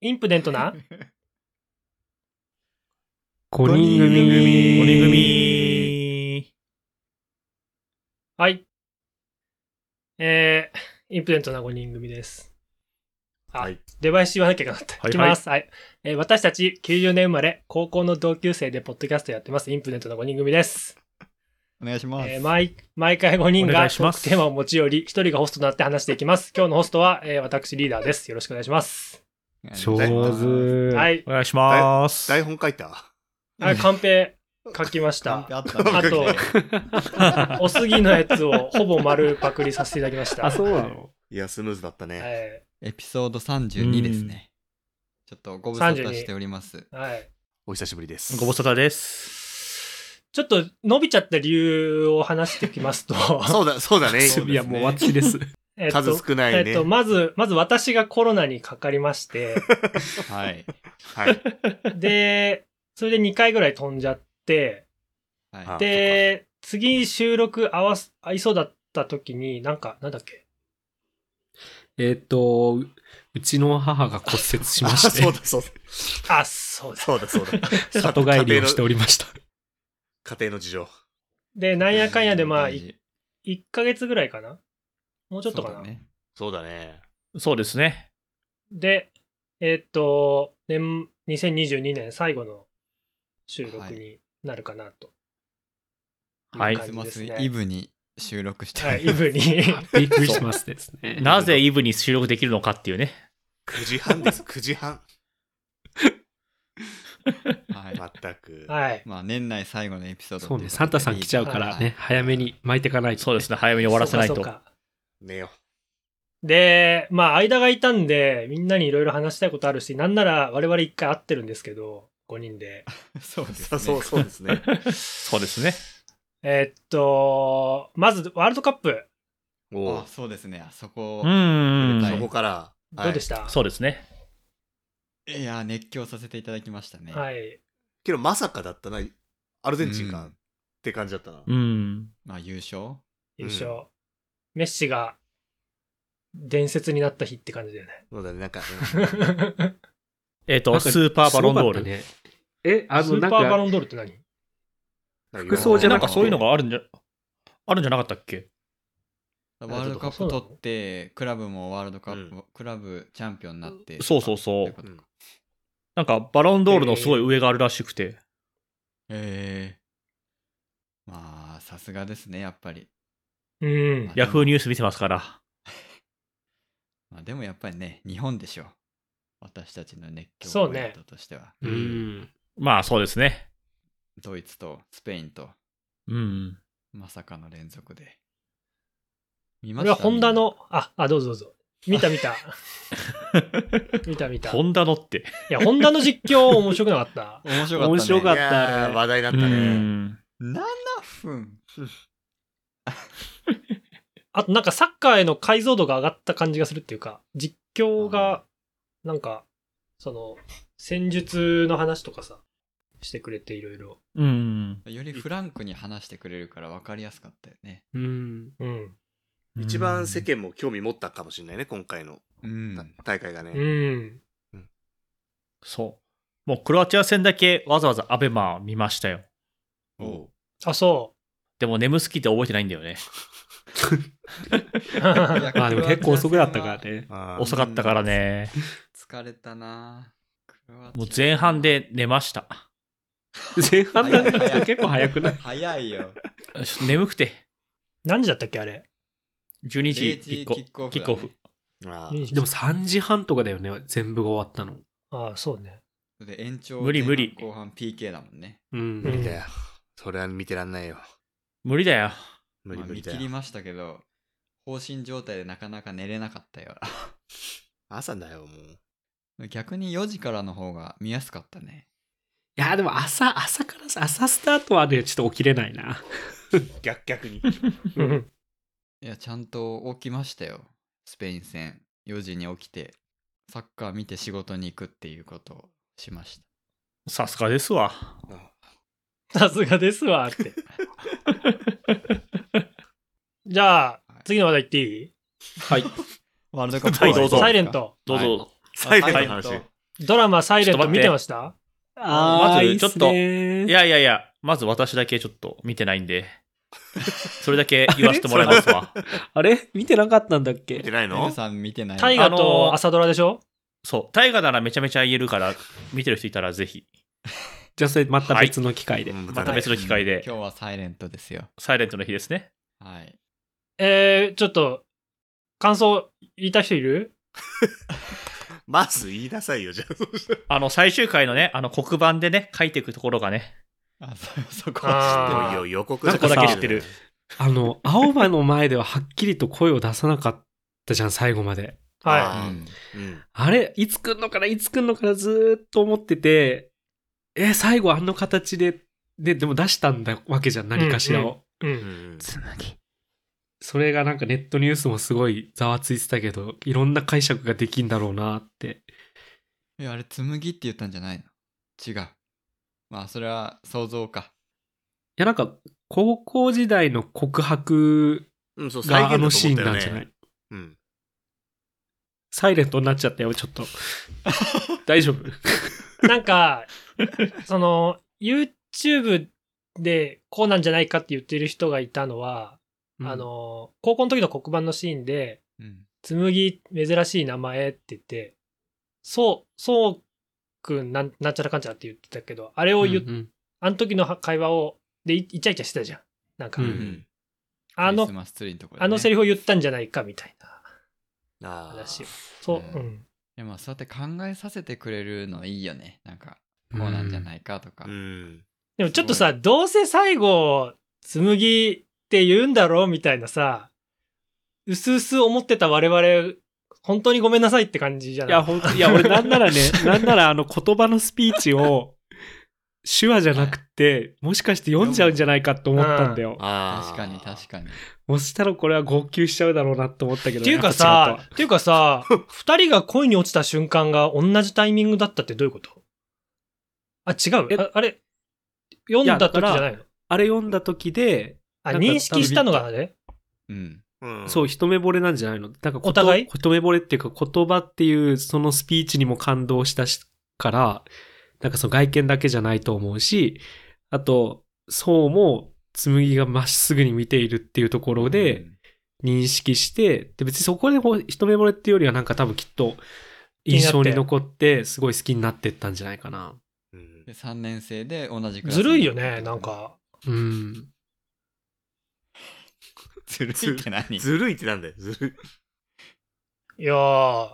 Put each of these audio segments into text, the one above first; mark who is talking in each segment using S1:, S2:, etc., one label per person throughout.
S1: インプデント な
S2: 5人組
S3: 5人組
S1: はい。えー、インプデントな5人組です。あ
S3: はい。
S1: 出囃子言わなきゃいけなかった。
S3: はい
S1: い、きます。はい、えー私たち90年生まれ、高校の同級生でポッドキャストやってます。インプデントな5人組です。
S3: お願いします。
S1: えー毎毎回5人
S2: お願
S1: が
S2: い
S1: ト
S2: します
S1: ークテーマを持ち寄り、1人がホストとなって話していきます。今日のホストは、えー私リーダーです。よろしくお願いします。
S2: 上
S3: 台
S2: 手。
S1: はい
S2: お願いします。
S3: 台本書いた
S1: はい、カンペ書きました。
S3: あった
S1: あ
S3: ね
S1: と、おすぎのやつをほぼ丸パクリさせていただきました。
S2: あ、そうなの
S3: いや、スムーズだったね。
S1: はい。
S4: エピソード32ですね。ちょっとご無沙汰しております。
S1: はい。
S3: お久しぶりです。
S2: ご無沙汰です。
S1: ちょっと伸びちゃった理由を話してきますと、
S3: そうだ、そうだね。
S2: いや、もう私です。
S1: えっと
S3: 数少ない
S1: え
S3: ね。
S1: っと、まず、まず私がコロナにかかりまして、
S4: はい。
S3: はい。
S1: で、それで2回ぐらい飛んじゃって、
S4: は
S3: あ
S4: い。
S1: で、次収録合わす、合いそうだった時に、なんか、なんだっけ
S2: えっと、ううちの母が骨折しまし
S3: あ そう
S2: て、
S3: だ、そうだ。
S1: あ、そうだ。
S3: そうだ、そうだ。
S2: 里帰りをしておりました。
S3: 家庭の事情。
S1: で、なんやかんやで、まあ、
S4: 大
S1: 1
S4: 事
S1: ヶ月ぐらいかなもうちょっとかな、
S4: そうだね
S3: そうだね。
S5: そうですね。
S1: で、えーっと、年、2022年最後の収録になるかなと。
S5: はい
S1: 感
S4: クリス
S1: じ
S4: マ
S1: です
S4: ス
S1: ね
S4: イブに収録して
S1: は
S4: お
S1: い、
S4: り
S1: イ
S4: ます
S1: ブ に。
S2: びっくりしますですね。
S5: なぜイブに収録できるのかっていうね。
S3: 9時半です、9時半。
S4: はい
S3: まったく。
S1: はい。
S4: まあ、年内最後のエピソードとい
S2: そ
S4: こと
S2: うね、
S4: で。
S2: サンタさん来ちゃうからね、早めに巻いてかないと。
S5: そうですね。早めに終わらせない
S1: そう
S5: と。
S1: かそうか
S3: 寝よ
S1: で、まあ、間がいたんで、みんなにいろいろ話したいことあるし、なんなら我々一回会ってるんですけど、5人で。
S4: はい。そう
S3: う。
S4: です
S3: そ
S4: ね。
S3: うそうそうですね。
S5: そうですね。
S1: えーっと、まず、ワールドカップ、
S3: お
S4: あ
S3: お。
S4: そうですね。あそこ
S5: う、ん。
S4: は
S3: そ
S4: い
S3: こから。
S1: どうでしたた、
S5: そうですね。
S4: いや、熱狂させていただきましたね。。
S1: はいい。
S3: けど、まさかだったな。アルゼンチン
S4: う
S3: か。
S4: ん
S3: って感じだったな。
S5: うん。
S4: まあ、優勝
S1: 優勝。メッシが、伝説になった日って感じだよ
S3: そうだね、なんか。うん
S1: ね。
S5: えっ、
S2: な
S5: と、
S2: んか
S5: スーパーバロンド
S2: すご
S5: ー
S2: かった
S5: ル。
S2: ねえ、あ
S1: ス
S2: の、な
S1: ー
S2: ん
S1: パーバ
S2: か、
S1: ロンドールって何
S2: 服装じゃ
S5: な
S2: な
S5: ん
S2: くて
S5: かそういうの。があるんじゃ、あるんじゃなかったっけ
S4: ワールドカッ
S1: そう
S4: プ
S1: なの
S4: 取って、クラブもワールドカップ、
S3: う
S4: クラブチャンピオンになって。
S5: そうそうそう
S4: ってことか
S5: なんかバロンドールのすごい上があるらしくて。
S4: ええまあ、さすがですね、やっぱり。
S1: うん。
S4: え
S5: ヤフーニュース見てますから。
S4: まあ、でもやっぱりね、日本でしょう。私たちの熱狂
S1: そうね
S4: ポイントとしては。
S2: うん。
S5: まあそうですね。
S4: ドイツとスペインと、
S5: うん。
S4: まさかの連続で。見ま
S1: 俺はホンダ。
S4: みんな
S1: の、あ、あ、どうぞどうぞ。見た見た。見た見た。
S5: ホ
S1: い
S5: ンダのって。
S1: や、ホンダの実況面白くなかった。
S4: 面白かった、ね。
S2: 面白か
S3: い
S2: った
S3: やー話題だっ
S5: う
S3: たね。
S5: ん。
S4: 7分。
S1: あとなんかサッカーへの解像度が上がった感じがするっていうか、実況が、なんか、その、戦術の話とかさ、してくれていろいろ。
S5: うん。
S4: よりフランクに話してくれるから分かりやすかったよね。
S2: うん。
S1: うん。
S3: 一番世間も興味持ったかもしれないね、今回の
S4: うん。
S3: 大会が
S1: う
S3: ね。
S1: ん。
S5: そう。もうクロアチア戦だけわざわざアベマ見ましたよ。
S3: おう
S1: あ、そ
S5: でも眠すぎて覚えてないんだよね。
S1: う。
S2: まあでも結構遅くだった から。ね。
S3: あー
S5: 遅かったからね。
S4: 疲れたなクロアチア
S5: もう前半で寝ました。
S2: 前半だから結構早くない
S4: 早いよ。
S5: ちょっと眠くて。
S1: 何時だったっけあれ。
S5: 12時
S4: 0
S5: キ
S4: 時
S5: ックオ
S4: キ
S5: フ
S4: ックオフだね
S5: キックオフ。
S3: あー
S1: 2時
S2: でも3時半とかだよね、全部が終わったの。
S1: あそうね。
S4: で延長
S5: 無理無理
S4: 前半後半 PK だもんね。
S2: う。
S1: うん
S3: 見たよ。それは見てらんないよ。
S5: 無理だよ。
S3: 無理
S4: まあ
S3: 無理
S4: 見
S3: だ
S4: 切
S3: よ
S4: り。ましたけど、放心状態でなかなか寝れなかったよ。
S3: 朝だよ、もう。
S4: 逆に4時からの方が見やすかったね。
S2: いや、でも朝、朝からさ、朝スタートはね、ちょっと起きれないな。
S3: 逆逆に。
S1: うん。
S4: いや、ちゃんと起きましたよ。スペイン戦。4時に起きて、サッカー見て仕事に行くっていうことをしました。
S5: さすがですわ。
S1: さすがですわ、って。 じゃあ、次の話題行っていい
S5: はい。
S4: ワールドカップ
S5: はいどうぞ
S1: サイレン。ト。
S5: どうぞ。
S4: サイレント
S3: サイレントの話。
S1: ドラマサイレン
S5: ちょっ
S1: ト
S5: と待
S1: 見
S5: って
S1: てました
S5: まずちょっとい
S2: いや、
S5: やいやいや、まず私だけちょっと見てないんで、それだけ言わせてもらいますわ。
S2: あれ見てなかったんだっ
S3: 見て
S2: け
S3: ない
S4: ね
S3: の
S4: るさん見てない
S1: 大
S5: あ
S1: 河
S5: のー
S1: と朝ドラでしょ
S5: そう、大河ならめちゃめちゃ言えるから、見てる人いたらぜひ、
S2: じゃあそれまた別の機会で。
S3: うん
S5: また別の機会で、
S4: 今日はサイレントですよ。
S5: サイレントの日ですね。
S4: はい。
S1: えー、ちょっと、感想言いたい人いる
S3: まず言いなさいよ、じゃあ。そうしたら
S5: あの、最終回のね、あの黒板でね、書いていくところがね、
S4: あ、そ、 そこ
S1: あ
S4: は
S1: ー
S3: いよいよ予告
S5: そこだけ知って
S3: なん
S5: る
S3: か。
S2: あの、青葉の前でははっきりと声を出さなかったじゃん、最後まで。
S3: あ
S1: は
S3: ー
S4: 知ってる。
S3: うん
S2: あれいつ来んのかないつ来んのかなずーっと思ってて、え、最後あの形で、で、でも出したんだわけじゃん、何かしらを。
S1: い。う。
S3: うんん
S2: つなぎ。それがなんかネットニュースもすごいざわついてたけど、いろんな解釈ができんだろうなって。
S4: いや、あれ、紬って言ったんじゃないの違う。まあ、それは想像か。
S2: いや、なんか、高校時代の告白
S3: うん、そう、再
S2: があ
S3: 現だと思
S2: の
S3: っ
S2: シーン
S3: たよ
S2: なんじゃない、
S3: ね。うん。
S2: サイレントになっちゃったよ、ちょっ と。大丈夫
S1: なん か、その、YouTube でこうなんじゃないかって言ってる人がいたのは、あ、の、高校の時の黒板のシーンで、
S4: うん。
S1: 紬珍しい名前って言って、そう、そうくんなんなんちゃらかんちゃらって言ってたけど、あれを言っ、
S2: うんうん
S1: あの時の会話を、で、いイチャイチャしてたじゃん。なんか、
S2: うん
S1: あ
S4: クリ
S1: の
S4: ス、マスツリーのところ、ね、
S1: あのセリフ
S4: フ。
S1: を言ったんじゃないかみたいな
S3: ああ。
S1: 話を。そう、う
S4: う
S1: ん。
S4: でも、そうやって考えさせてくれるのいいよね。なんか、こうなんじゃないかとか。
S3: うん。
S1: でもちょっとさ、どうせ最後、紬って言うんだろうみたいなさ、うすうす思ってた我々、本当にごめんなさいって感じじゃ
S2: い
S1: ない
S2: や、ほんといや、俺なんなら ね、なんならあの言葉のスピーチを、手話じゃなく て、もしかして読んじゃうんじゃないかと思ったんだよ。
S3: ああ。
S4: 確かに、確かに。
S2: そしたらこれは号泣しちゃうだろうなと思ったけど。
S1: っていうか
S2: やっ
S1: さ
S2: ぱ違っ、
S1: っていうかさ、二人が恋に落ちた瞬間が同じタイミングだったってどういうことあ、違
S2: え
S1: う。ああれ、読んだ時じゃないの
S2: たわあれ読んだ時で、
S1: あ、
S2: なんか
S1: 認識したのがあれ
S4: うん。
S3: うん。
S2: そう、一目惚れなんじゃないのなんかこと
S1: お互い
S2: 一目惚れっていうか言葉っていうそのスピーチにも感動したしから、なんかその外見だけじゃないと思うし、あと、そうも、紬がまっすぐに見ているっていうところ
S4: う
S2: で
S4: ん
S2: 認識して、で別にそこでほ一目惚れっていうよりはなんか多分きっと印象に残って、すごい好きになってったんじゃないかな。
S3: うん
S4: で、3年生で同じクラス
S1: ずるいよね、なん。か。
S2: うん。
S4: ずるいって何
S3: ずるいってなんだよ。ずるい。
S1: いやー、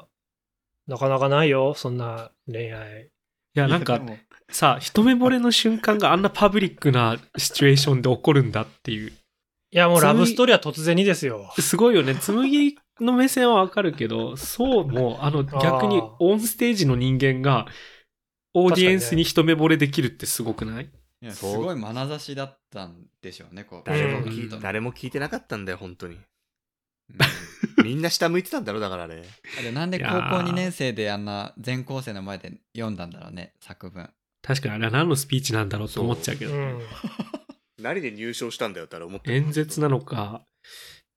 S1: なかなかないよ、そんな恋愛。
S2: いや、なんか
S4: でも
S2: さ、一目惚れの瞬間があんなパブリックなシチュエーションで起こるんだっていう。
S1: いや、もう
S2: つむ
S1: ラブストーリーは突然にですよ。
S2: すごいよね。紬の目線はわかるけど、そうも、あの、逆にオンステージの人間が、オーディエンスに一目惚れできるってすごくない、
S4: いやす
S3: そう
S4: ごい眼差しだったんでしょうね、こう。
S3: 誰も
S1: うん
S3: 聞い
S4: うん
S3: 誰も聞いてなかったんだよ、本当に。
S4: うん
S3: みんな下向いてたんだろ、だからあれ。
S4: あれなんで高校
S2: いやー
S4: 2年生であんな全校生の前で読んだんだろうね、作文。
S2: 確かにあれは何のスピーチなんだろうと思っちゃうけ
S1: う
S2: ど。
S1: ん。
S3: 何で入賞したんだよってあれ 思って
S2: 演説なのか、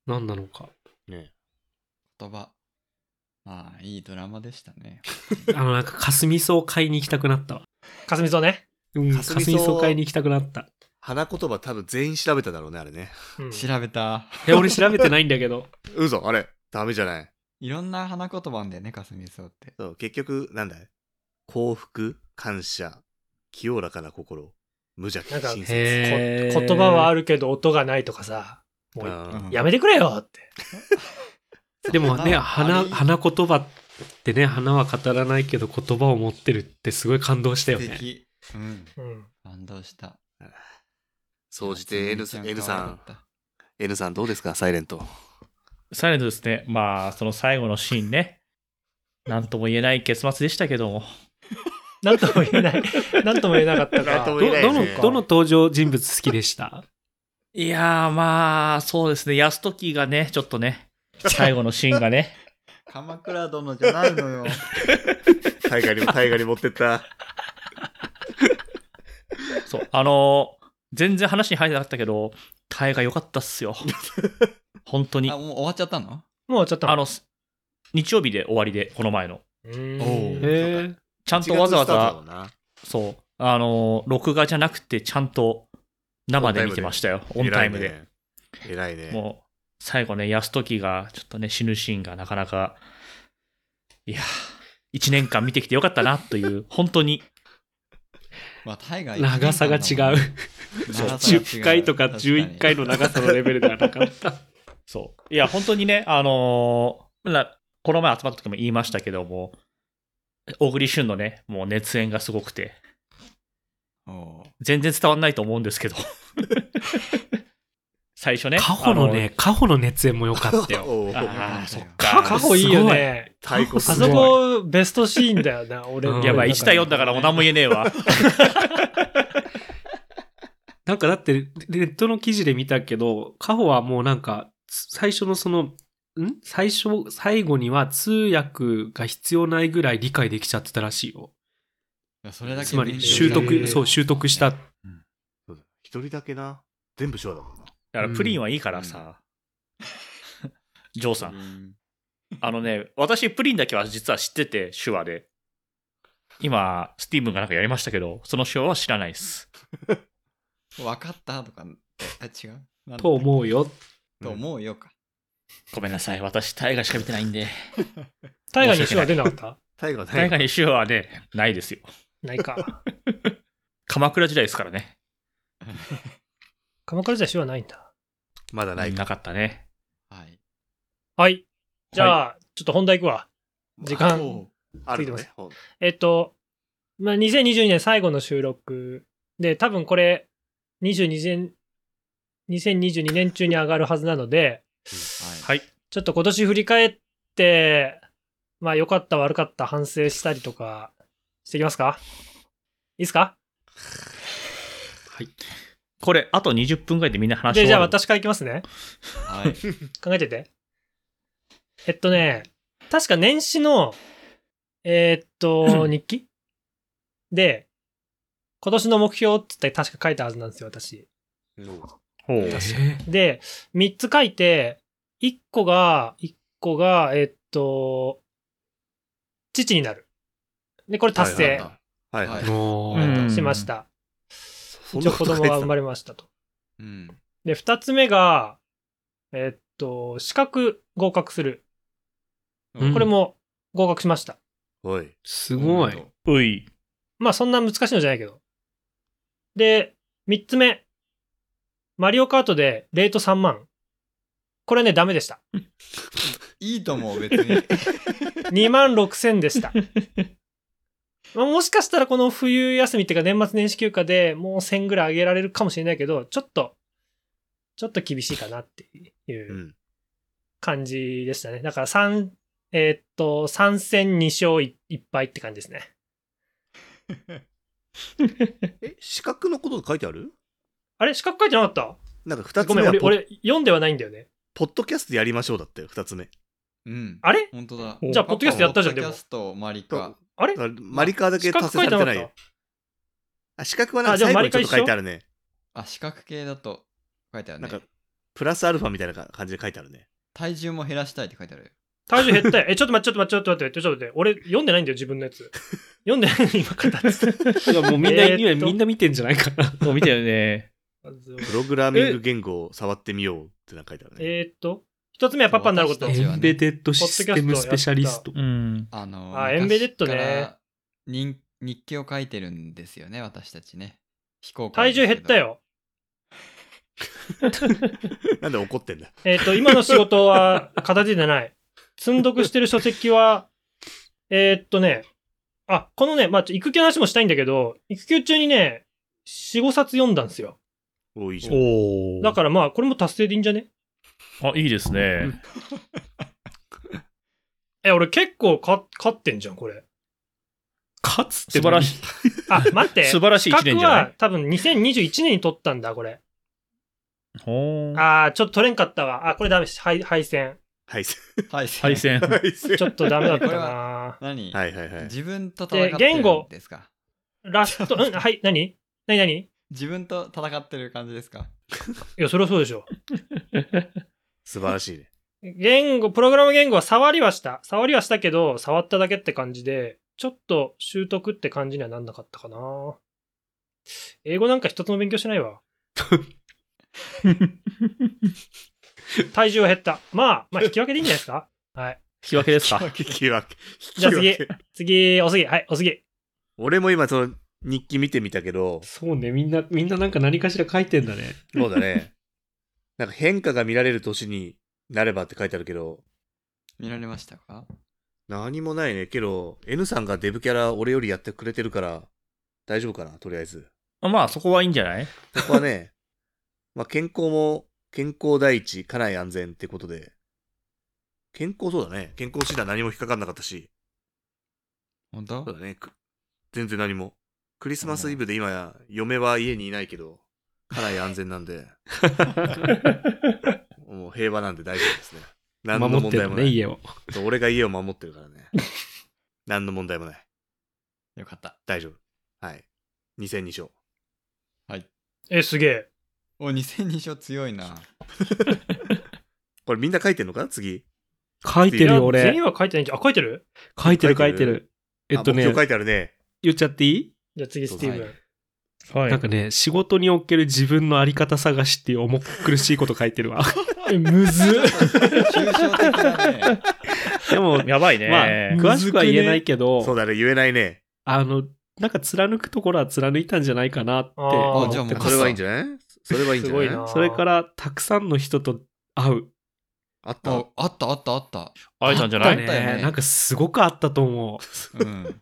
S2: 何なのか。
S3: ね。
S4: 言葉。まあ、いいドラマでしたね。
S2: あの、なんか、かすみ草買いに行きたくなったわ。
S1: かすみそうね。
S2: うん、か
S3: かすみ草
S2: すみ草買いに行きたくなった。
S3: 花言葉多分全員調べただろうね、あれね。
S1: うん
S4: 調べた。
S2: え、俺調べてないんだけど。
S3: 嘘、あれ。ダメじゃない。
S4: いろんな花言葉んだよね、かすみそうって。
S3: そう、結局、なんだい幸福、感謝、清らかな心、無邪気、
S1: なんか
S3: 親切。
S2: へ
S1: こ言葉はあ
S2: る。
S1: るけど音がないとかさ、もう
S3: うん
S1: やめてくれよって。
S2: でもね、
S4: 花
S2: 花、花言葉ってね、花は語らないけど言葉を持ってるってすごい感動したよ
S4: 素
S2: ね。
S4: 敵。うん。
S1: うん。
S4: 感動した。
S3: 総じて N,
S4: つむぎちゃ
S3: N さん
S4: 可愛、かっ
S3: N さんどうですか、サイレント。
S5: サイレントですね。まあ、その最後のシーンね。なんとも言えない結末でしたけども。
S1: なんとも言え ない。なんとも言えなかった
S3: なんと
S1: か
S3: も。
S2: ど
S3: 言えない
S2: ど
S3: です
S2: の
S3: ね、
S2: どの登場人物好きでした
S5: いやー、まあ、そうですね。安時がね、ちょっとね、最後のシーンが ね。
S4: た鎌倉殿じゃないの よ。
S3: 大 河に、大河に持ってった。
S5: そう、あのー全然話に入ってなかったけど、タイが良かった っすよ。本当に
S4: あ、。もう終わっちゃったの
S1: もうちょっと。
S5: あの、す日曜日で終わりで、この前の。
S1: うーん、
S4: おう
S2: へ
S5: ちゃんとわざわざ、
S3: ざ。
S5: そう、あの、録画じゃなくて、ちゃんと生で見てましたよ、オンタイムで。。
S3: 偉いね。
S5: もう、最後ね、泰時がちょっとね、死ぬシーンがなかなか、いやー、1年間見てきてよかったなという、本当に、
S4: まあ、タイガー
S2: 長さが違う。10回とか11回の長さのレベルではなかった。
S5: そう。いや、本当にね、あのーなこの前集まった時も言いましたけども、小栗旬のね、もう熱演がすごくて、
S4: おう
S5: 全然伝わんないと思うんですけど。最初ね。
S2: カホのね、カホの熱演も良かったよ。
S3: お
S5: あ
S3: う
S5: の。あー、そっ
S1: カ
S5: か。
S1: ホいいよね。
S3: 太鼓
S1: あ
S3: す
S1: そ
S3: ごい。
S1: こ、ベストシーンだよな、俺
S2: う
S5: す
S1: の。
S2: ん
S5: ごい。やばい、1対4だからもう何も言えねえわ。
S2: なんかだって、ネットの記事で見たけど、カホはもうなんか、最初のその、ん最初、最後には通訳が必要ないぐらい理解できちゃってたらしいよ。
S4: いやそれだけ
S2: つまり、
S4: 勉強
S2: 習
S4: した
S2: 得、
S4: ら
S2: そう、習得した。
S3: 一人だけな。全部ショーだもんな。
S5: だからプリンはいいからさ。ジョーさん。
S4: ん。
S5: あのね、私プリンだけは実は知ってて、手話で。今、スティーブンがなんかやりましたけど、その手話は知らないです。
S4: 分かったとか、あ、違うなんだっけ
S2: と思うよ。
S4: と思うよか。
S5: ごめんなさい、私、タイガーしか見てないんで。
S1: タイガーに手話出なかった
S3: 太鼓は
S5: タイガー
S3: ね。
S5: に手話はね、ないですよ。
S1: ないか。
S5: 鎌倉時代ですからね。
S1: 鎌倉じゃ手話ないんだ。
S3: まだないか。
S5: なかったね。
S4: はい。
S1: はい。じゃあ、ちょっと本題行くわ。時間
S3: おうあるの
S1: つい
S3: ね。ほん
S1: えっと、まあ、2022年最後の収録で、多分これ、22年、2022年中に上がるはずなので、
S4: はい。
S5: はい。
S1: ちょっと今年振り返って、まあ良かった悪かった反省したりとかしていきますかいいですか
S5: これ、あと20分ぐらいでみんな話し終わ
S1: で、
S5: る
S1: じゃあ私からいきますね。
S4: はい。
S1: 考えてて。えっとね、確か年始の、えーっと、日記で、今年の目標って確か書いたはずなんですよ、私。
S5: ほう。
S2: え
S1: で、3つ書いて、1個が、一個が、えっと、父になる。で、これ 達
S3: はい
S1: 成
S3: はいはいはい
S2: ー。もう、
S5: うん
S1: しました。
S3: そん
S1: 一
S3: な
S1: 応子
S3: こと書い
S1: 供
S3: てた
S1: が生まれましたと。
S4: うん。
S1: で、2つ目が、えっと、資格合格する。
S2: うん
S1: これも合格しました。
S3: おい。。
S2: すごい。
S5: うい。
S1: まあ、そんな難しいのじゃないけど。で、3つ目。マリオカートでレート3万。これね、ダメでした。
S4: いいと思う、別に。
S1: 2万6000でした。まあもしかしたらこの冬休みっていうか年末年始休暇でもう1000ぐらい上げられるかもしれないけど、ちょっと、ちょっと厳しいかなっていううん感じでしたね。だから3、えーっと、3戦2勝1敗って感じですね。
S3: え、資格のこと書いてある
S1: あれ資格書いてなかった
S3: なんか二
S1: ご
S3: つ
S1: め
S3: 目
S1: ん、
S3: は
S1: 俺、
S3: ポ、
S1: 俺読んではないんだよね。
S3: ポッドキャストやりましょうだったよ、二つ目。
S4: うん。
S1: あれ
S4: 本当だ。
S1: じゃあポッドキャストやったじゃん
S4: ポ
S1: でも
S4: ッドキャスト、マリカ。
S1: あれ
S3: だからマリカーだけ
S1: 資
S3: 達
S1: 格
S3: 成
S1: 書
S3: さ
S1: いて
S3: れ
S1: なか
S3: てな
S1: っ
S3: い
S1: た
S3: よ。あ、資格はなん
S1: あ
S3: か
S1: じゃあ
S3: 最後にちょ
S1: マ
S3: っ
S1: リ
S3: と
S1: カ
S3: 書いてあるね。
S4: あ、四角形だと書いてある
S3: なん
S4: ね
S3: か。、プラスアルファみたいな感じで書いてあるね。
S4: 体重も減らしたいって書いてある。
S1: 体重減ったよ。え、ちょっと待って、ちょっと待って、ちょっと待って、ちょっと待って。俺読んでないんだよ、自分のや つ。読んでないの今形。
S2: いやもうみんな、
S1: えーっと
S2: 今みんな見てんじゃないかな。
S5: もう見てよね。
S3: プログラミング言語を触ってみようってなんか書いてあるね。
S1: えーっと、一つ目はパパになること
S4: 私。たち
S2: エ
S4: は
S2: ンベデッドシステムスペシャリスト。
S5: うん。
S4: あの、
S1: あエンベデッドね
S4: 昔から人日記を書いてるんですよね、私たちね。非公開
S1: 体
S4: です
S1: 重
S4: け
S1: 減
S4: ど
S1: った。よ。
S3: なんで怒ってんだ。
S1: えーっと、今の仕事は形でない。積んどくしてる書籍は、えーっとね、あ、このね、まあ、ちょ育休の話もしたいんだけど、育休中にね、4、5冊読んだんですよ。
S3: おいいじゃん。
S5: お
S1: だからまあ、これも達成でいいんじゃね
S5: ら。あ、いいですね。
S1: え、俺結構か勝ってんじゃん、これ。
S2: 勝つって
S5: 素晴らし い。
S1: あ、待っ て。
S5: 素晴らしい一年
S1: 企
S5: じゃ
S1: 画
S5: ない
S1: は多分2021年に撮ったんだ、これ。
S5: ほー。
S1: あー、ちょっと撮れんかったわ。あ、これダメし、敗敗戦。
S3: はい。
S4: はい、
S5: 対 戦。
S3: はい
S1: ちょっとダメだ った
S4: これ
S1: な
S4: 何、
S3: はいはいはい。
S4: 自分と戦っ
S1: で
S4: て
S1: 言
S4: る
S1: 語
S4: んですか
S1: ラスト、 うん、はい、何何何い
S4: 自分と戦ってる感じですか
S1: や、それはそうでしょ。
S3: 素晴らしいね。
S1: 言語、プログラム言語は触りはした。触りはしたけど、触っただけって感じで、ちょっと習得って感じにはなんなかったかな。英語なんか一つも勉強しない わ。体重は減った。まあ、まあ、引き分けでいいんじゃないですか はい。
S5: 引き分けですか
S3: 引き分け。
S1: じゃあ次
S3: 引き分け。
S1: 次、おすぎ。はい、おすぎ。
S3: 俺も今、その日記見てみたけど、
S2: そうね、みんな、みんななんか何かしら書いてんだね。
S3: そう だね。なんか変化が見られる年になればって書いてあるけど、
S4: 見られましたか
S3: 何もないね。けど、N さんがデブキャラ俺よりやってくれてるから、大丈夫かな、とりあえず。
S5: まあ、そこはいいんじゃない
S3: そこはね、 まあ健康も、健康第一、家内安全ってことで、健康そうだね。健康診断何も引っかかんなかったし、
S4: 本
S3: そう
S4: 当
S3: だね。く全然何も。クリスマスイブで今や、嫁は家にいないけど、家内安全な んで、もう平和なんで大丈夫ですね。何の
S2: 守
S3: 問
S2: って
S3: 題
S2: る
S3: も
S2: の
S3: な
S2: ね、
S3: い。
S2: 家を。
S3: そう俺が家を守ってるからね。何の問題もない。
S4: よかった。
S3: 大丈夫。はい。2戦2勝。
S1: え、すげえ。
S4: お、2002勝強い な。
S3: これみんな書いてんのか次。
S2: 書いてる
S1: いや
S2: よ、
S1: 全員
S2: 俺。
S1: は書いてないんじゃん。あ、書いてる
S2: 書いてる、
S3: 書
S2: 書
S3: い
S2: い
S3: て
S2: て
S3: る
S2: る。えっと
S3: あ
S2: ね
S3: 目標、書いてあるね。
S2: 言っちゃっていい
S1: じゃあ次、スティーブン。
S5: は
S2: なんかね、仕事における自分のあり方探しっていう重苦しいこと書いてるわ。
S1: え、むずっ。
S4: 抽象的だね。
S2: でも、
S5: やばい
S2: まあ、
S5: ね。
S2: 詳しくは言えないけ
S3: そう
S2: ど、
S3: だね。言えないね。
S2: あの、なんか貫くところは貫いたんじゃないかなって思
S1: あー
S2: っ
S4: じゃあも
S2: て
S4: う
S2: ま
S3: そ
S2: す
S3: れはいいんじゃないそれはいいんじゃない
S1: すごいな
S2: それから、たくさんの人と会う。
S3: あった
S4: ああったあったあった。
S5: あいたんじゃ
S2: あ
S5: な
S2: っ
S5: い
S2: た
S4: あったよ
S2: ね。
S4: ね
S2: なんかすごくあったと思う。
S4: うん。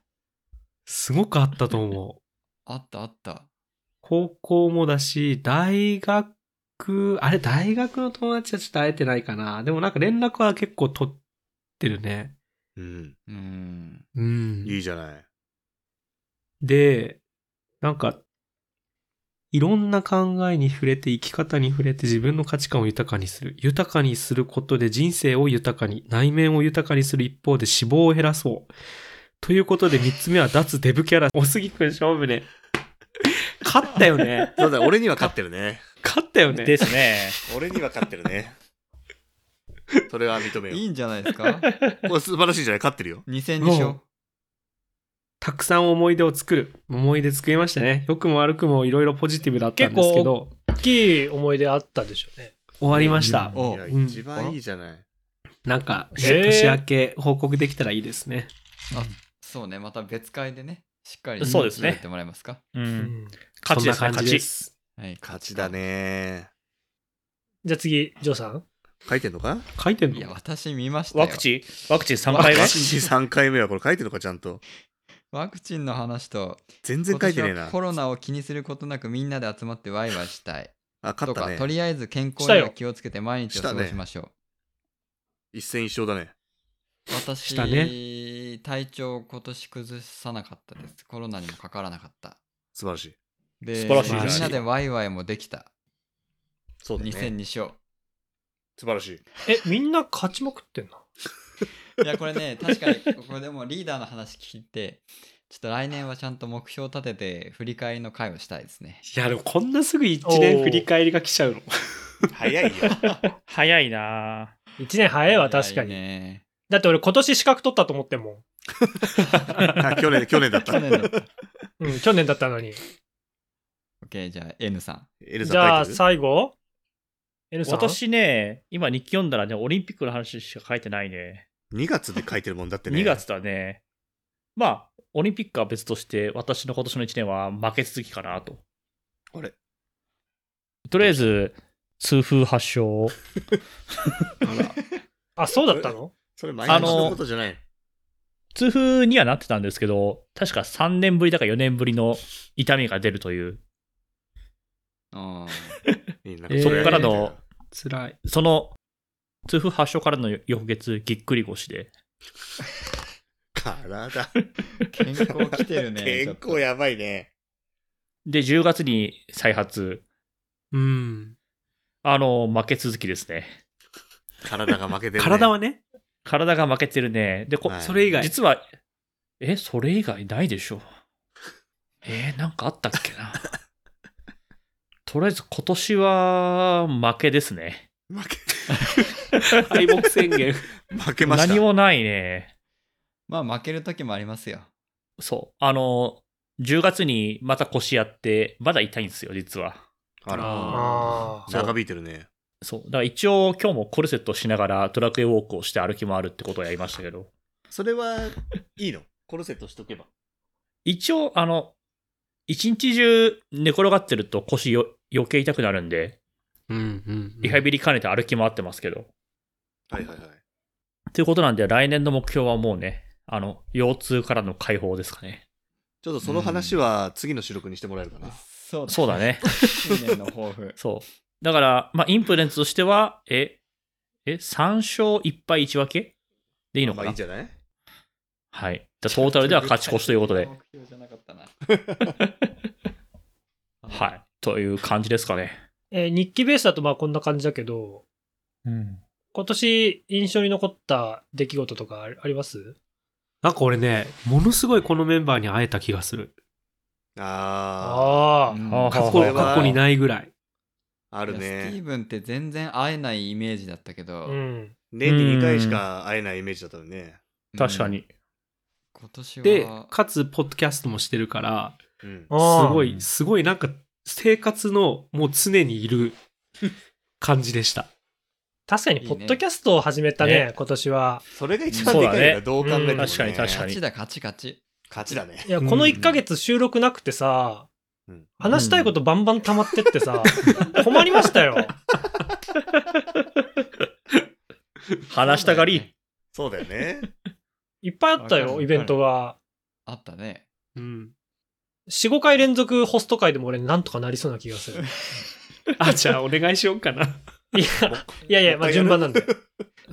S2: すごくあったと思う。
S4: あったあった。
S2: 高校もだし、大学、あれ、大学の友達はちょっと会えてないかな。でもなんか連絡は結構取ってるね。
S3: うん。
S4: うん。
S2: うん。
S3: いいじゃない。
S2: で、なんか、いろんな考えに触れて、生き方に触れて、自分の価値観を豊かにする。豊かにすることで人生を豊かに、内面を豊かにする一方で死亡を減らそう。ということで、三つ目は脱デブキャラ。おすぎくん勝負ね。勝ったよ ね。
S3: そうだ、俺には勝ってるね。
S2: 勝ったよね。
S5: ですね。
S3: 俺には勝ってるね。それは認めよ
S4: いいんじゃないですか
S3: う。これ素晴らしいじゃない勝ってるよ。
S4: ?2002 勝。
S2: たくさん思い出を作る。思い出作りましたね。良くも悪くもいろいろポジティブだったんですけど、
S1: 大きい思い出あったでしょうね。
S2: 終わりました。
S4: お
S3: いや、
S2: うん
S3: 一番いいじゃない。
S2: なんか、
S1: へー
S2: 年明け報告できたらいいですね。
S4: そうね、また別会でね、しっかり
S5: そうですね
S4: やってもらえますか
S5: う。
S1: うんん
S5: 勝ちです
S2: そん
S5: ね、
S2: な感
S5: 勝
S2: じで
S5: ち。
S2: す。
S4: はい。
S3: 勝ちだ。ね。
S1: じゃあ次、ジョーさん。
S3: 書いてんのか
S2: 書いてん
S4: いや、
S2: の
S4: 私見ましたよ。
S5: ワクチンワクチン3回は
S4: ワ
S3: 勝
S4: ク
S3: ち
S4: チン
S3: 3回目はこれ書いてんのかちゃんと。
S4: ワクチンの話と、
S3: 全然
S4: 今
S3: 書いて
S4: 年
S3: ねえ
S4: は
S3: な
S4: コ。ロナを気にすることなくみんなで集まってワイワイしたい。
S3: あ、
S4: と
S3: 勝った
S4: か、と
S3: ね。
S4: りあえず健康
S1: した
S4: に
S1: よ
S4: は気をつけて毎日を過ごしましょう。
S3: 一戦一勝だね。
S4: 私、
S2: した
S4: 体調を今年崩さなかったです。コロナにもかからなかった。
S3: 素晴らしい。
S4: で、
S5: 素晴らしい
S4: みんなでワイワイもできた。
S3: そうだね。
S4: 2002勝。
S3: 素晴らしい。
S1: え、みんな勝ちまくってんの
S4: いやこれね確かにこれでもリーダーの話聞いてちょっと来年はちゃんと目標立てて振り返りの会をしたいですね
S2: いや、でもこんなすぐ1年振り返りが来ちゃうの。
S3: 早いよ。
S5: 早いな
S1: 一年早いわ、確かに。
S4: いやいいね
S1: だって俺今年資格取ったと思ってんも
S3: あ去年、去年だった
S4: 去。年だった
S1: ん。うん、去年だったのに。
S4: OK じゃあ N さん
S3: エル
S1: じ
S3: さ
S1: ゃ
S3: ん
S1: あ
S3: 書いてる
S1: 最後 ?N さん。
S5: 私ね、今日記読んだらね、オリンピックの話しか書いてないね。
S3: 2月で書いてるもんだってね。
S5: 2月だね。まあ、オリンピックは別として、私の今年の1年は負け続きかなと。
S3: あれ
S5: とりあえず、痛風発症。
S1: あ、そうだったの
S3: それ毎年のことじゃない。
S5: 痛風にはなってたんですけど、確か3年ぶりだか4年ぶりの痛みが出るという、
S4: あ
S3: いいな
S2: えー
S5: そっからの、
S2: 辛い。
S5: その、痛風発症からの翌月、ぎっくり腰で。
S3: 体。
S4: ー健康来てるね
S3: 健康やばいね。
S5: で、10月に再発。
S2: うん。
S5: あの、負け続きですね。
S3: 体が負けてる、ね。
S2: 体はね、
S5: 体が負けてるね。で、こ
S3: はい
S2: それ以外。
S5: 実は、え、それ以外ないでしょ。えーなんかあったっけな。 とりあえず今年は負けですね。
S3: 負け、
S2: 敗北宣言。
S3: 負けました。
S5: 何もないね。
S4: まあ負ける時もありますよ
S5: そう。あの、10月にまた腰やって、まだ痛いんですよ、実は。
S3: あら
S1: あ
S5: ー
S3: 長引いてるね。
S5: そう。だから一応今日もコルセットしながらドラクエウォークをして歩き回るってことをやりましたけど、
S3: それは、いいのコルセットしとけば。
S5: 一応、あの、一日中寝転がってると腰よ余計痛くなるんで、
S2: うんうん。
S5: リハビリ兼ねて歩き回ってますけど。
S3: はいはいはい。
S5: ということなんで、来年の目標はもうね、あの、腰痛からの解放ですかね。
S3: ちょっとその話は次の収録にしてもらえるかな。
S4: そう
S5: そう だ。ね。。
S4: 新年の抱負
S5: そう。だから、まあ、インプレンツとしては、え、え、3勝1敗1分けでいいの
S3: ま
S5: か
S3: あいい
S5: なん
S3: じゃない
S5: はい。じゃあトータルでは勝ち越しというこ とで。
S4: 目標じゃなかったな。
S5: はい。という感じですかね。
S1: えー日記ベースだとまあこんな感じだけど、
S5: うん。
S1: 今年印象に残った出来事とかありあります
S2: なんか俺ね、ものすごいこのメンバーに会えた気がする。
S3: あ
S1: あ
S4: う
S1: あ、
S4: ん
S5: あ
S2: 過
S5: これ
S2: 去、過
S3: は
S2: 去にないぐらい。
S3: あ、ある
S4: いやスティー
S3: ね。
S4: ブンって全然会えないイメージだったけど、
S1: うん。
S3: 年に2回しか会えないイメージだったのね。
S5: 確か
S4: うん。
S5: に。
S4: 今年は。
S2: で、かつ、ポッドキャストもしてるから、
S3: うん。
S1: あー
S2: すごい、すごいなんか、生活のもう常にいる感じでした。
S1: 確かに、
S4: いい
S1: ポ
S4: ね
S1: ッドキャストを始めたね、
S5: ね
S1: 今年は。
S3: それが一番でかいよ
S5: そうだね
S3: ね。どう考えても、ね
S1: うん
S5: 確かに確か
S4: 勝
S5: に
S4: ちだ、勝ち勝ち。
S3: 勝ちだね。
S1: いや、
S2: うん
S1: この1ヶ月収録なくてさ、
S3: うん
S1: 話したいことバンバン溜まってってさ、困りましたよ。
S5: 話したがり。
S3: そうだよ ね。
S1: いっぱいあった
S4: わか
S1: よ、
S4: る
S1: イベントが。
S4: あったね。
S2: うん。
S1: 4、5回連続ホスト会でも俺なんとかなりそうな気がする。
S2: あ、じゃあお願いしようかな。
S1: いや、いやいや、まあ順番なんで。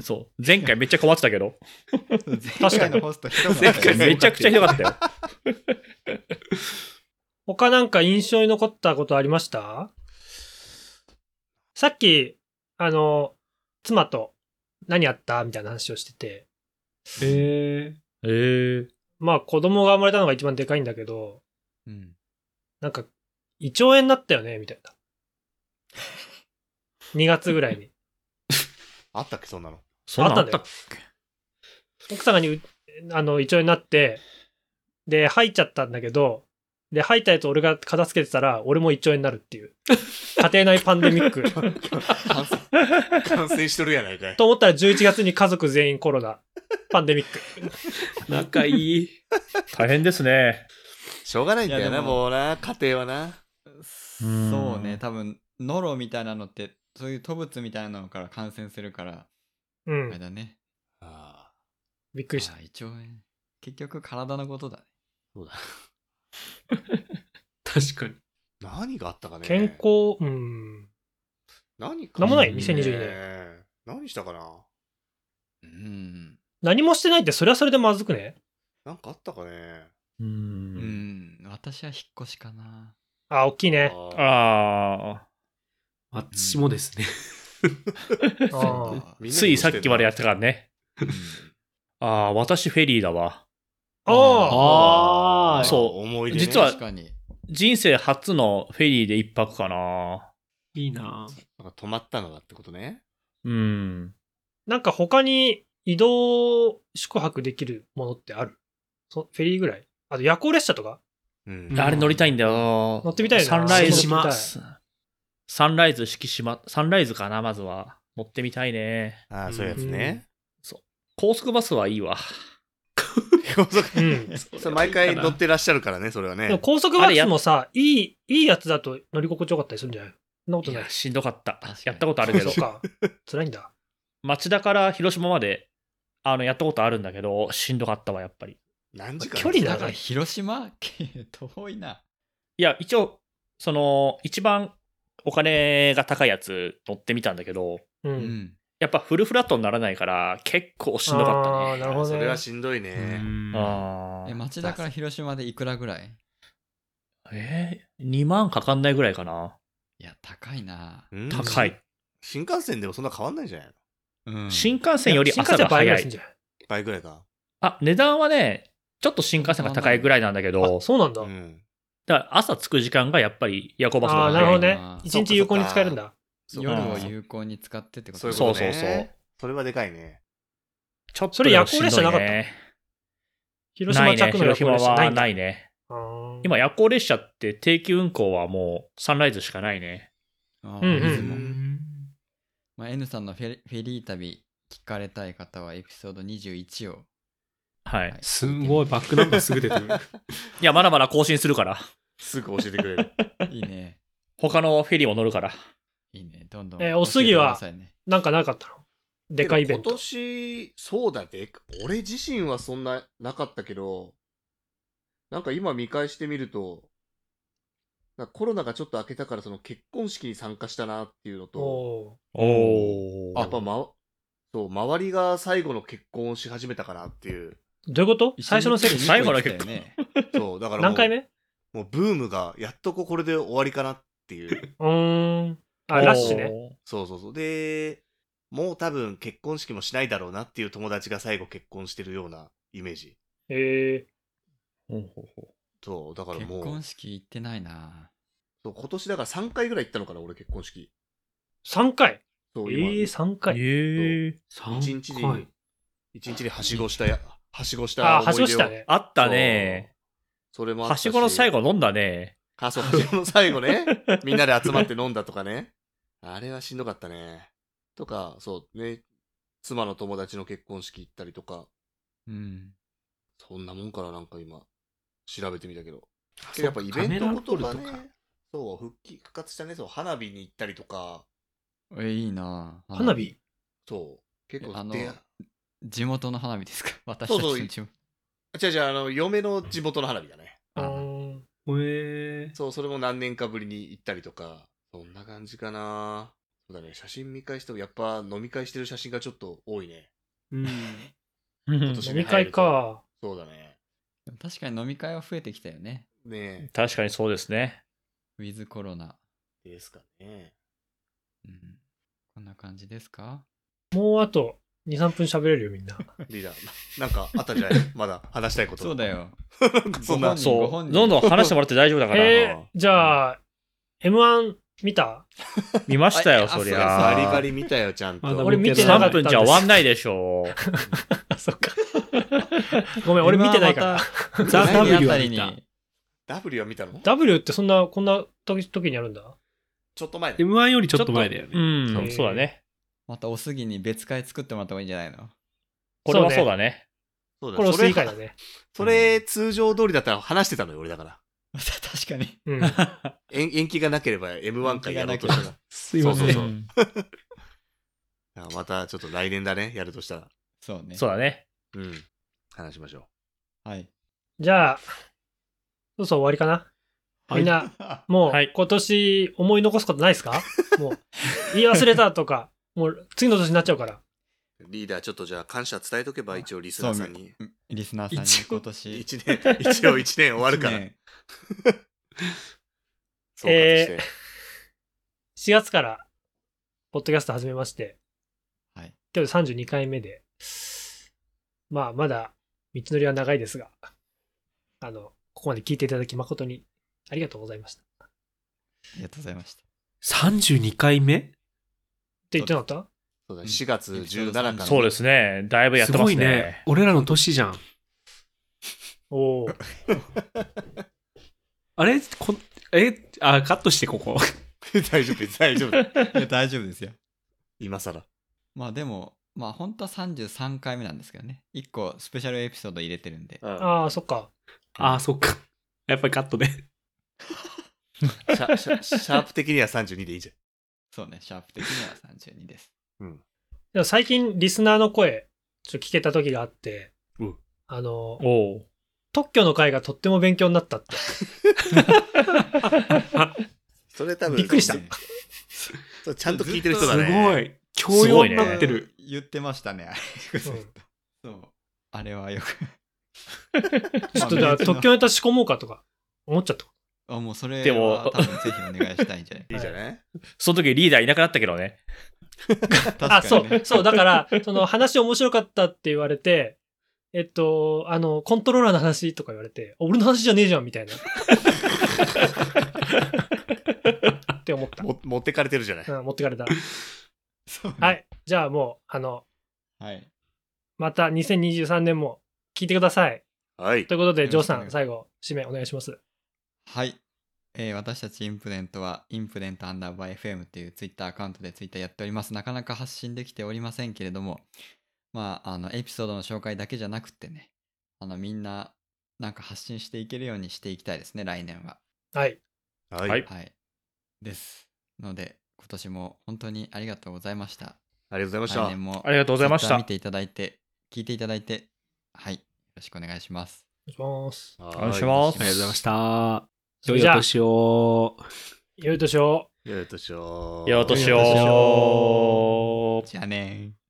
S5: そう。前回めっちゃ困ってたけど。
S4: 前回のホストひどか
S2: 前
S4: った
S2: 回
S4: よね
S5: めちゃくちゃひどかったよ。
S1: 他なんか印象に残ったことありましたさっき、あの、妻と何やったみたいな話をしてて、
S2: へえ。
S5: えー、
S1: まあ子供が生まれたのが一番でかいんだけど、
S4: うん
S1: なんか、胃腸炎になったよねみたいな。2月ぐらいに。
S3: あったっけ、そんなの。
S5: そんなん
S1: あったんだよ奥様にうあの胃腸炎になってで吐いちゃったんだけどで吐いたやつ俺が片付けてたら俺も胃腸炎になるっていう家庭内パンデミック
S3: 感染感染しとるやないかい。
S1: と思ったら11月に家族全員コロナパンデミック
S2: 仲いい。
S5: 大変ですね。
S3: しょうがないんだよ
S4: い
S3: な、
S4: やでも
S3: もうな、家庭はな。
S5: うん
S4: そうね、多分、ノロみたいなのって、そういう吐物みたいなのから感染するから、
S1: う
S4: あれ
S1: ん
S4: だね。
S3: ああ、
S1: びっくりした
S4: あー胃腸炎。結局、体のことだね。
S3: そうだ。
S2: 確かに。
S3: 何があったかね。
S1: 健。康うん
S3: 何か、
S1: なんもない2022
S3: 年。何したかな
S4: うん。
S1: 何もしてないってそれはそれでまずくね
S3: なんかあったかね。
S5: う。
S4: うんん。私は引っ越しかな。
S1: あ大きいね
S3: ああ
S5: あ
S2: 私もですね。
S1: あー
S5: あ、ついさっきまでやっ
S3: った
S5: からね。ああ、私フェリーだわ。
S1: ああ
S2: あ
S5: ーそう
S3: 思い出ね。
S5: 実は
S4: 確かに。
S5: 人生初のフェリーで一泊かな。
S2: いいな
S3: なんか止まったのだってことね。
S5: うん。
S1: なんか他に移動宿泊できるものってあるそフェリーぐらいあと夜行列車とか
S3: うん
S5: あれ乗りたいんだよ。
S1: 乗ってみたいな
S5: サンライズ。
S1: 四季島
S5: サンライズ四季島。サンライズかな、まずは。乗ってみたいね。
S3: ああ、そういうやつね。
S5: 高速バスはいいわ。
S3: 高速
S1: うん
S3: そう毎回乗ってらっしゃるからね、それは
S1: でも
S3: ね。
S1: 高速バスもさ、いい、いいやつだと乗り心地よかったりするんじゃないそんなこと
S5: い
S1: ない
S5: や、。しんどかった
S4: 確かに。
S5: やったことあるけど
S1: そう。か。辛いんだ。
S5: 町田から広島まで、あの、やったことあるんだけど、しんどかったわ、やっぱり。
S3: 何時間
S1: 距離
S4: だか
S1: 長
S4: ら、
S1: い
S4: 広島遠いな。
S5: いや、一応、その、一番お金が高いやつ乗ってみたんだけど、
S1: う。
S4: うんん。
S5: やっぱフルフラットにならないから、結構しんどかった
S1: あ
S5: ね。
S1: ーなるほど
S3: そ
S1: ね
S3: れは。しんどいね。
S2: あ。
S5: あ
S4: え、
S5: ー
S4: 町田から広島でいくらぐらい
S5: えー、2万かかんないぐらいかな。
S4: いや、高いな。
S3: うん
S5: 高い。。
S3: 新幹線でもそんな変わんないんじゃないの
S4: うん
S5: 新幹線より朝が
S1: 新幹線倍ぐ
S5: 早
S1: らすん
S5: い。
S1: じゃない
S3: 倍ぐらいか。
S5: あ、値段はね、ちょっと新幹線が高いぐらいなんだけど
S1: あ、、そうなんだ。
S3: うん。
S5: だから朝着く時間がやっぱり夜行バスの
S1: あ
S5: 方
S1: あ、
S5: が
S1: なるほ
S5: 早
S1: ど
S5: い。
S1: ね
S4: あ。ー
S1: 一日有効に使えるんだ。
S3: そう
S4: 夜を
S3: そう
S4: 有効に使ってってこと
S3: そういう
S4: だ
S3: こ
S5: そ
S3: と
S5: うそうそう
S3: ね。それはでかいね。
S5: ちょっと
S1: それ夜行列車なかった
S5: しんどいね
S1: 広
S5: な
S1: 島
S5: いね、
S1: 着の夜
S5: 広
S1: 行
S5: 島
S1: 列車な
S5: はい
S1: んだ
S5: ないね。
S1: あー
S5: 今、夜行列車って定期運行はもうサンライズしかないね。
S4: あ
S1: うん
S4: ー
S1: うん
S4: 出雲
S3: ん
S4: まあ、N さんのフェリフェリー旅聞かれたい方はエピソード21を。
S5: は
S4: は
S5: い。
S4: い
S5: い、
S2: すんごい、バックナンバーすぐ出 てくる。
S5: や、まだまだ更新するから。
S3: すぐ教えてくれる。
S4: いいね。
S5: 他のフェリーも乗るから。
S4: いいね。どんどん教え
S1: え
S4: てくださいね。
S1: ーおすぎはなんかなかったの でかいイベン
S3: けど今
S1: ト。
S3: 年、そうだね。俺自身はそんななかったけど、なんか今見返してみると、なんかコロナがちょっと明けたからその結婚式に参加したなっていうのと、
S1: お
S5: お
S3: やっぱ、ま、そう、周りが最後の結婚をし始めたかなっていう。
S1: ーどういうこと最初のセ
S4: セ
S1: リ
S4: リ
S1: フ
S5: 最後の結
S4: 構ね。
S3: そう、だからもう
S1: 何回目
S3: もうブームが、やっとここれで終わりかなっていう。
S1: うーん。あ、ラッシュね。。
S3: そうそうそう。で、もう多分結婚式もしないだろうなっていう友達が最後結婚してるようなイメージ。
S1: え
S5: おーほうほうほ
S3: そう、だから
S4: 結
S3: もう。
S4: 婚式行ってないな。
S3: そう今年だから3回ぐらい行ったのかな、俺結婚式。
S1: ー、3回。
S3: そ
S1: え
S3: う、今、
S1: ー、3
S5: う
S1: 回。
S5: へえ。
S2: 3
S3: 1日に、一日にはしごしたや、はしごした
S1: あ
S3: 思
S1: ー、
S3: い出を。
S1: はしごしたね。
S5: あったね。
S3: そう。それもあった
S5: はしごの最。後飲んだね。
S3: あ、そう、はしごの最 後ね。みんなで集まって飲んだとかね。あれはしんどかったね。とか、そうね、妻の友達の結婚式行ったりとか、
S4: うん。
S3: そんなもんからなんか今、調べてみたけど。
S2: あ
S3: やっぱイベントごとが
S2: カメラ撮る
S3: ね、そう、復帰、復活したね、そう、花火に行ったりとか、
S4: え、いいな。
S1: 花火
S3: そう、結構、
S4: あの
S3: で
S4: 地元の花火ですか 私
S3: そ
S4: た
S3: う
S4: ち
S3: そう
S4: の地元。
S3: 違う違う、あの、嫁の地元の花火だね。
S1: う
S4: あ
S1: ーん。
S2: とかへえ。
S3: そう、それも何年かぶりに行ったりとか、そんな感じかな。そうだね、写真見返しても、やっぱ飲み会してる写真がちょっと多いね。
S2: うん。
S5: うん
S3: 年
S1: 飲み会か。
S3: そうだね。
S4: でも確かに飲み会は増えてきたよね。
S3: ね
S5: 確かにそうですね。
S4: ウィズコロナ。
S3: え、ですかね。
S4: うん。こんな感じですか
S1: もうあと2、3分喋れるよ、みんな。
S3: リーダー、ななん かあったんじゃないまだ話したいこと。
S4: そうだ。よ。
S3: そんな
S4: ご本、人
S5: そ
S4: ご
S5: う。ど
S4: 本
S5: ん
S4: 人
S5: どん話してもらって大丈夫だから。
S1: えー、じゃあ、M1 見た
S5: 見ました
S4: あ
S5: よ、
S4: あ
S5: そり
S4: そう
S5: ゃ。
S3: バリバリ見たよ、ちゃんと。
S2: まだ
S1: 俺見てなか
S5: 3
S1: ったん
S5: 分
S1: です
S5: じゃ終わんないでしょ
S1: そっか。ごめん、俺見てないから。
S4: 今また。
S2: ザ
S4: 何
S2: W
S4: あ
S2: は
S4: たり
S2: 見た
S4: に
S3: W は見たの
S1: W ってそんな、こんな時時にあるんだ。
S3: ちょっと前だよ
S2: M1 よりちょっと前だよ
S5: う。う
S2: ね。
S5: ん、そうだね。
S4: またおすぎに別会作ってもらった方がいいんじゃないの
S5: これは
S1: そ
S5: そう
S1: ね
S5: うだね。
S3: そうだ
S1: これお
S3: それ
S1: 杉以外だね。
S3: それ、通常通りだったら話してたのよ、俺だから。
S4: 確かに。
S1: うん。
S3: 延延期がなければ M1 回やろうとしたら。
S2: すいませ。
S3: そうんそう
S5: うん
S3: あまたちょっと来年だね、やるとしたら。
S4: そうね。
S5: そうだね。
S3: うん。話しましょ
S4: はい。
S1: じゃあ、そうそう終わりかな。
S2: は
S1: み
S2: い
S1: んな、もう
S5: はい
S1: 今年思い残すことないですか、もう、言い忘れたとか、もう次の年になっちゃうから。
S3: う。リーダー、ちょっとじゃあ感謝伝えとけば、一応リスナーさんに。
S4: リスナーさんに
S3: 一応
S4: 今年。
S3: 一年、 一応一年終わるから
S4: 一。年
S3: 総括して。
S1: 4月から、ポッドキャスト始めまして、
S4: はい。
S1: 今日で32回目で、まあ、まだ道のりは長いですが、あの、ここまで聞いていただき誠にありがとうございました。っ
S4: ありがとうございました。
S2: 32回目
S1: て言ってなかった
S3: そうだね、4月17から、
S4: うん
S5: そうですね。だいぶやってます
S2: ごい
S5: ね
S2: ね。。俺らの年じゃん。
S1: おお。
S2: あれこえあ、カットしてここ。
S3: 大丈夫、大丈夫。
S4: いや大丈夫ですよ。
S3: 今更。
S4: まあでも、まあ本当は33回目なんですけどね。1個スペシャルエピソード入れてるんで。
S3: あ
S1: ああ、そっか。
S2: あー、そっか。やっぱりカットで。
S3: シャシャシャープ的には32でいいじ
S4: そうね、シャープ的には32です。
S1: でも最近、リスナーの声、ちょっと聞けた時があって、
S3: うん
S1: あの、
S5: おう
S1: 特許の会がとっても勉強になったって。
S3: ゃん。それ多分、
S1: びっくりした
S4: そうね
S3: そうちゃんと聞いてる人だね。
S2: すごい。教
S5: すご
S2: 養
S5: い
S2: に
S5: ね
S2: なってる。。
S4: 言ってましたね、あれ。
S1: うん
S4: そう。あれはよく。
S1: ちょっとだから特許ネタ仕込もうかとか思っちゃった。
S4: あ、もうそれ
S5: でも
S4: は多分ぜひお願いしたいんじゃ ない
S3: いいじゃない、
S5: その時リーダーいなくなったけどね。
S4: 確かに、ね。
S1: あ、そう、そう、だから、その話面白かったって言われて、えっと、あの、コントローラーの話とか言われて、俺の話じゃねえじゃんみたいな。って思った。
S3: も持ってかれてるじゃない、
S1: うん、持ってかれた。
S4: そうね
S1: はい。じゃあもう、あの、
S4: はい。
S1: また2023年も聞いてください。
S3: はい
S1: と。いうことで、ジョーさ
S4: よろ
S1: ん、
S4: しくお願い
S1: 最後、締めお願いします。
S4: はい、えー私たちインプデントは、インプデントアンダーバー FM っていうツイッターアカウントでツイッターやっております。なかなか発信できておりませんけれども、まあ、あの、エピソードの紹介だけじゃなくてね、あの、みんな、なんか発信していけるようにしていきたいですね、来年は。
S1: はい。
S3: は
S5: はい
S4: はい。です。ので、今年も本当にありがとうございました。
S3: ありがとうござい
S4: 来
S3: ました。
S4: 年も
S5: ありがとうございました
S4: Twitter 見ていただいて、聞いていただいて、はい。よろしくお願いします。
S1: お願いしま
S3: お
S5: お願い
S2: あ
S5: します
S2: りがとうございました。
S1: す。
S2: 良いお年を。
S1: 良いお年を。
S3: よいしょ
S5: よお年
S4: よいし
S5: を。
S4: じゃあねー。